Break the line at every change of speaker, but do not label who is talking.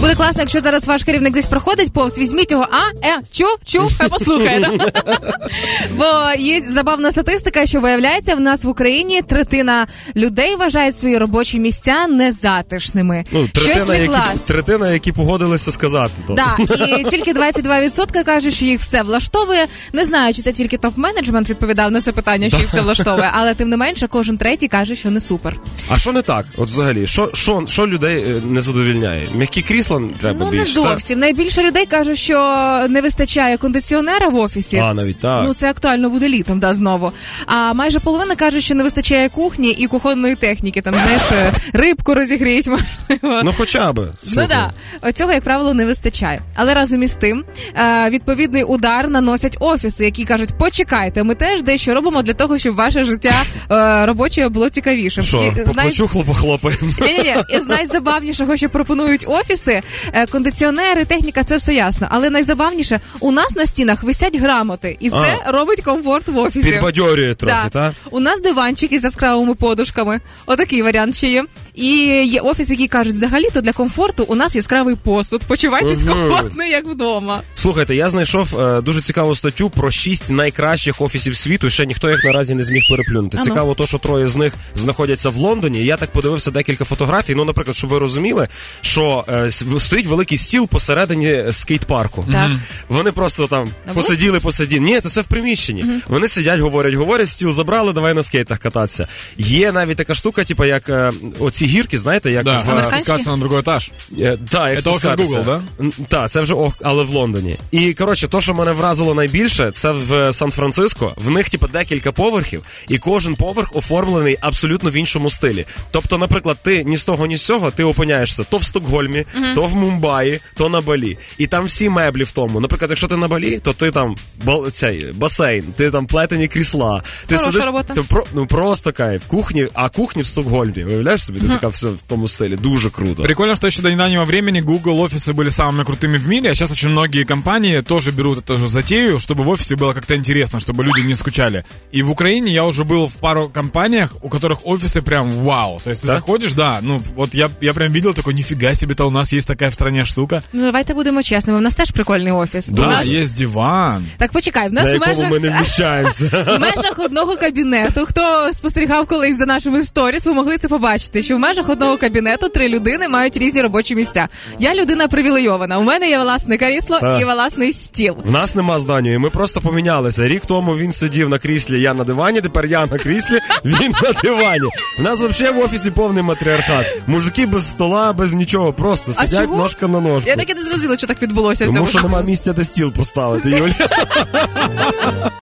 Буде класно, якщо зараз ваш керівник десь проходить повз, візьміть його, а, е, чу, чу, хай послухає. да? Бо є забавна статистика, що виявляється, в нас в Україні третина людей вважають свої робочі місця незатишними.
Ну,
Щось
третина,
не
які,
клас.
третина, які погодилися сказати. То.
Да, і тільки 22% кажуть, що їх все влаштовує. Не знаю, чи це тільки топ-менеджмент відповідав на це питання, що їх все влаштовує, але тим не менше, кожен третій каже, що не супер.
А що не так? От взагалі, що, що, що людей е, не задовільняє? М'які крісла треба
Ну не
більше. та?
зовсім. Найбільше людей кажуть, що не вистачає кондиціонера в офісі.
А, навіть так.
Ну це актуально буде літом, да, знову. А майже половина каже, що не вистачає кухні і кухонної техніки. Там знаєш, е, рибку розігріть, можливо.
Ну хоча би.
Ну да, оцього, як правило, не вистачає. Але разом із тим е, відповідний удар наносять офіси, які кажуть: почекайте, ми теж дещо робимо для того, щоб ваше життя е, робоче було цікавішим.
Що,
І, знаєш,
почухло похлопаємо.
ні-ні-ні, із найзабавнішого, що пропонують офіси, е, кондиціонери, техніка, це все ясно. Але найзабавніше, у нас на стінах висять грамоти, і це робить комфорт в офісі.
Підбадьорює трохи,
Да.
так?
У нас диванчик із яскравими подушками. Отакий варіант ще є. І є офіс, який кажуть, взагалі-то для комфорту у нас яскравий посуд. Почувайтесь
Мгм.
комфортно, як вдома.
Слухайте, я знайшов е, дуже цікаву статтю про шість найкращих офісів світу. і Ще ніхто їх наразі не зміг переплюнути.
А ну.
Цікаво, то що троє з них знаходяться в Лондоні. Я так подивився декілька фотографій. Ну, наприклад, щоб ви розуміли, що е, с- в- стоїть великий стіл посередині е, скейт-парку.
Так.
Вони просто там
На вулиці?
посиділи, посиділи. Ні, це все в приміщенні. Вони сидять, говорять, говорять, стіл забрали, давай на скейтах кататися. Є навіть така штука, типу, як е, оці гірки, знаєте, як
Да,
в
надо
е,
Американские?
спускаться на другой этаж.
Е, Да, як
Це офіс
спускатися.
Google, да?
Н- Та, це вже ох, але в Лондоні. І коротше, то, що мене вразило найбільше, це в е, Сан-Франциско. В них типу, декілька поверхів, і кожен поверх оформлений абсолютно в іншому стилі. Тобто, наприклад, ти ні з того, ні з цього ти опиняєшся то в Стокгольмі, то в Мумбаї, то на Балі. І там всі меблі в тому. Наприклад, якщо ти на Балі, то ти там бал- цей басейн, ти там плетені крісла. Ти
Хороша робота.
ти про ну просто кайф. Кухні, а кухні в Стокгольмі. Виявляєш собі, ти така все в тому стилі. Дуже круто.
Прикольно, что еще до недавнего времени Google офисы были самыми крутыми в мире, а сейчас очень многие компании тоже берут эту же затею, чтобы в офисе было как-то интересно, чтобы люди не скучали. И в Украине я уже был в пару компаниях, у которых офисы прям вау. То есть ты
Да?
заходишь, да, ну вот я, я прям видел такой, нифига себе-то у нас есть такая в стране штука.
Ну давайте будемо чесними. У нас теж прикольний офіс. У
Да,
нас...
есть диван.
Так почекай, в нас
на
в
якому
межах
ми не вміщаємося.
В межах одного кабінету, хто спостерігав колись за нашими сторіс, ви могли це побачити. Що в межах одного кабінету три людини мають різні робочі місця. Я людина привілейована. У мене є власне крісло
Так.
і власний стіл.
В нас нема зданю, і ми просто помінялися. Рік тому він сидів на кріслі, я на дивані, тепер я на кріслі, він на дивані. В нас взагалі в офісі повний матріархат. Мужики без стола, без нічого, просто
А
сидять
чого?
ножка на ножку.
Я так і не зрозуміла, що так відбулося. в
Тому
цьому.
що нема місця, де стіл поставити, Юля.